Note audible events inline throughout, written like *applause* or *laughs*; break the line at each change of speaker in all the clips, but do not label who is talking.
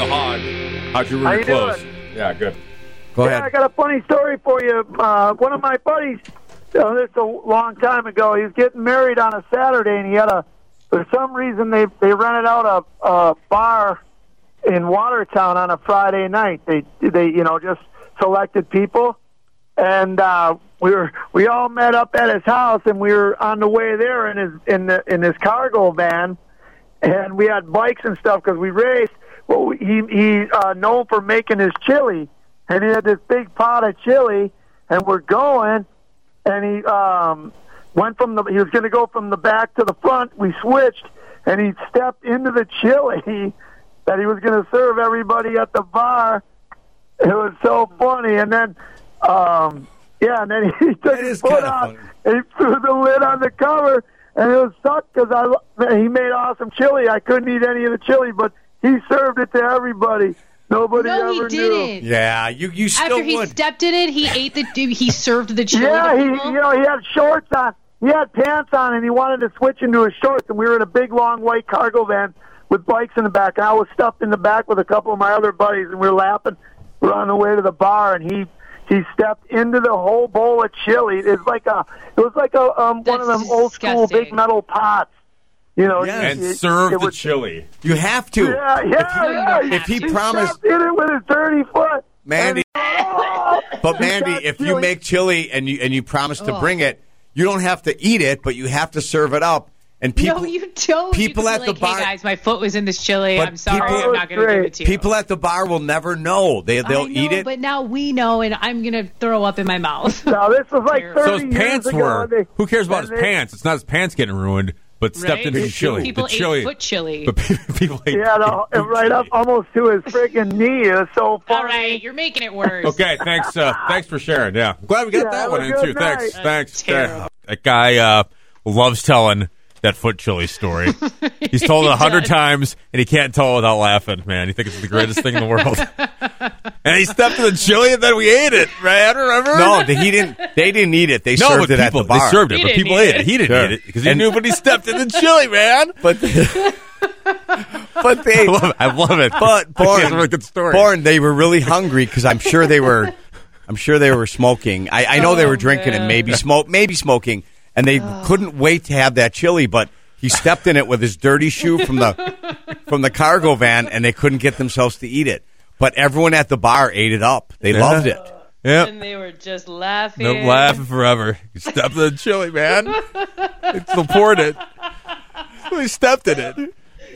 hard. How'd you really
you
close?
doing?
Yeah, good.
Go
Yeah, I
ahead.
got a funny story for you. Uh, one of my buddies, uh, this is a long time ago, he was getting married on a Saturday, and he had a, for some reason, they they rented out a, a bar in Watertown on a Friday night. They they you know just selected people, and uh, we were we all met up at his house, and we were on the way there in his in the in his cargo van and we had bikes and stuff because we raced. Well, he he uh, known for making his chili, and he had this big pot of chili, and we're going, and he um went from the he was going to go from the back to the front. We switched, and he stepped into the chili *laughs* that he was going to serve everybody at the bar. It was so funny, and then. um yeah, and then *laughs* he took his
is
foot
kinda
off
funny.
and he threw the lid on the cover, and it was sucked because I lo- man, he made awesome chili. I couldn't eat any of the chili, but he served it to everybody. Nobody
No, he
ever knew.
didn't.
Yeah, you you still
After he
would.
stepped in it, he ate the. He served the chili.
Yeah,
to
he
people.
you know he had shorts on, he had pants on, and he wanted to switch into his shorts. And we were in a big long white cargo van with bikes in the back. And I was stuffed in the back with a couple of my other buddies, and we were laughing. We're on the way to the bar, and he. He stepped into the whole bowl of chili. It's like a, it was like a um, one of
That's
them old school
disgusting.
big metal pots, you know.
Yes.
And
it- it-
serve
it
the
was-
chili.
You have to.
Yeah, yeah, yeah.
If he
He
promised,
stepped in it with his dirty foot.
Mandy, but Mandy,
got
if you
chili.
make chili and you and you promise to bring it, you don't have to eat it, but you have to serve it up. And people,
no, you don't. You
people
can be
at the
like,
bar-
Hey guys, my foot was in this chili.
But
I'm sorry.
people-
I'm not going to give it to you.
people at the bar will never know. They
I
they'll
know,
eat it.
But now we know, and I'm going to throw up in my mouth. *laughs*
Now this was like
Terrible.
thirty
So his
years
pants
ago,
were.
and they-
Who cares about his
and they-
pants? It's not his pants getting ruined, but stepped
Right?
into the chili.
People
the
ate
chili.
foot chili.
But *laughs* people ate
Yeah, the,
foot
and right up
chili.
almost to his freaking knee. It was so funny.
All right, you're making it worse.
Okay, thanks. Uh, thanks for sharing. Yeah, glad we got
Yeah,
that
have
one
a
in
good
too.
night.
Thanks,
That's
thanks.
terrible.
That guy uh, loves telling that foot chili story. He's told it a hundred
does.
times, and he can't tell without laughing. Man, you think it's the greatest thing in the world. and he stepped in the chili, and then we ate it. Right? I don't remember.
no, they, he didn't. They didn't eat it. They
No,
served
but
it at
people
the bar.
they served it,
He
but
didn't
people
eat
ate it.
it.
He didn't
Sure.
eat it because he
And-
knew when he stepped in the chili, man.
but but they.
I love it. I love it.
But
Actually,
born,
it's a really good story.
Born, they were really hungry because I'm sure they were, I'm sure they were smoking. I, I know they
Oh,
were drinking and
man.
maybe smoke, maybe smoking, and they couldn't wait to have that chili. But he stepped in it with his dirty shoe from the from the cargo van, and they couldn't get themselves to eat it. But everyone at the bar ate it up. They loved it.
Yep.
And they were just laughing.
No laughing forever. He stepped in the chili, man. It's poured it. So he stepped in it.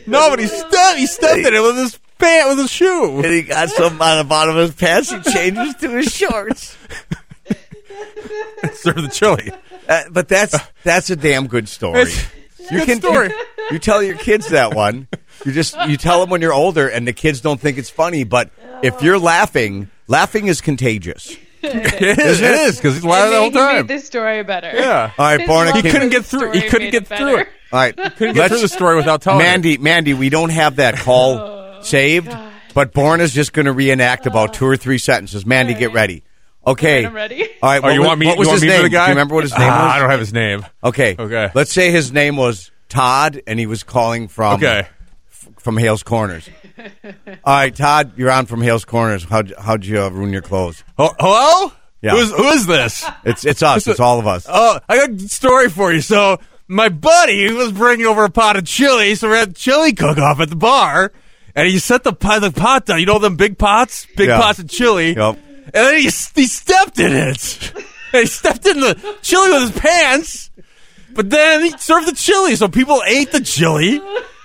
No, but he stepped. He stepped in it with his pant with his shoe.
And he got some on the bottom of his pants. He changes to his shorts.
Serve the chili.
Uh, but that's that's a damn good story.
It's- good story.
You tell your kids that one. You just you tell them when you're older, and the kids don't think it's funny. But if you're laughing, laughing is contagious.
It is. It is because he's laughing
And
the whole
he made
time.
this story better.
Yeah.
All right,
His
Born
love
again.
for
He couldn't
the
get through- he
story
couldn't
made
get through
better. *laughs*
it.
All right,
Couldn't get through the story without telling. it. Oh,
Mandy, Mandy, we don't have that call saved, but Born is just going to reenact about two or three sentences. Mandy, get ready. Okay.
I'm ready.
All right.
Oh,
what
you
was-
want me?
What was
you want
his
me
name?
For the guy?
Do you remember what his name
Ah,
was?
I don't have his name.
Okay.
Okay.
Let's say his name was Todd, and he was calling from
Okay.
from
*laughs*
Hales Corners. All right, Todd, you're on from Hales Corners. How'd, how'd you uh, ruin your clothes?
Ho- Hello.
Yeah.
Who's, who is this?
*laughs* It's it's us. It's all of us.
*laughs* Oh, I got a story for you. So my buddy he was bringing over a pot of chili, so we had chili cook off at the bar, and he set the pot, the pot down. You know them big pots, big
Yeah.
pots of chili.
Yep.
And then he s- he stepped in it. *laughs* he stepped in the chili with his pants, but then he served the chili, so people ate the chili.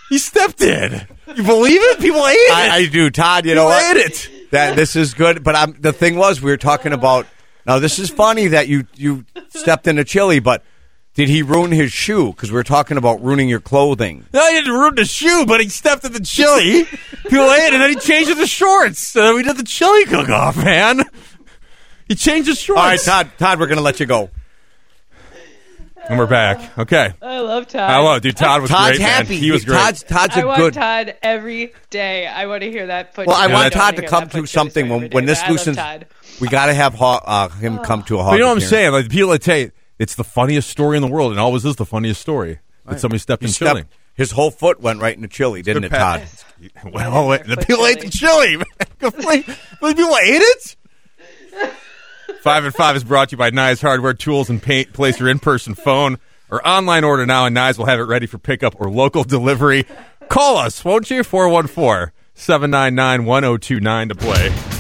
He stepped in. You believe it? People ate it.
I, I do, Todd. You know
People
what?
ate it.
That this is good. But I'm, the thing was, we were talking about. Now this is funny that you you stepped into chili, but did he ruin his shoe? Because we were talking about ruining your
*laughs*
clothing.
No, he didn't ruin the shoe, but he stepped in the *laughs* chili. People ate it, and then he changed it to shorts. And then we did the chili cook off, man. He changed his shorts.
All right, Todd. Todd, we're gonna let you go.
And we're back. Okay.
I love Todd.
I love it, dude. Todd was
Todd's
great. man.
happy.
He was great.
Todd's Todd's a
I want
good.
Todd every day. I want to hear that. Foot
Well, I
chili.
want
don't
Todd
wanna
to
hear
come
that
to
foot chili
something
story
when,
every
when
day,
this
but I love
loosens.
Todd. Oh.
We got to have ha- uh, him come to a hog.
But you know what I'm
appearance.
saying? Like the people that tell you, it's the funniest story in the world, and always is the funniest story. That somebody stepped in
Step-
chili.
His whole foot went right into chili, didn't it, Todd?
*laughs* Well, wait, the
Foot
people ate *laughs* the chili.
Like, people ate it?
Five and Five is brought to you by Nyes Hardware Tools and Paint. Place your in-person phone or online order now, and Nyes will have it ready for pickup or local delivery. Call us, won't you? 414-799-1029 to play.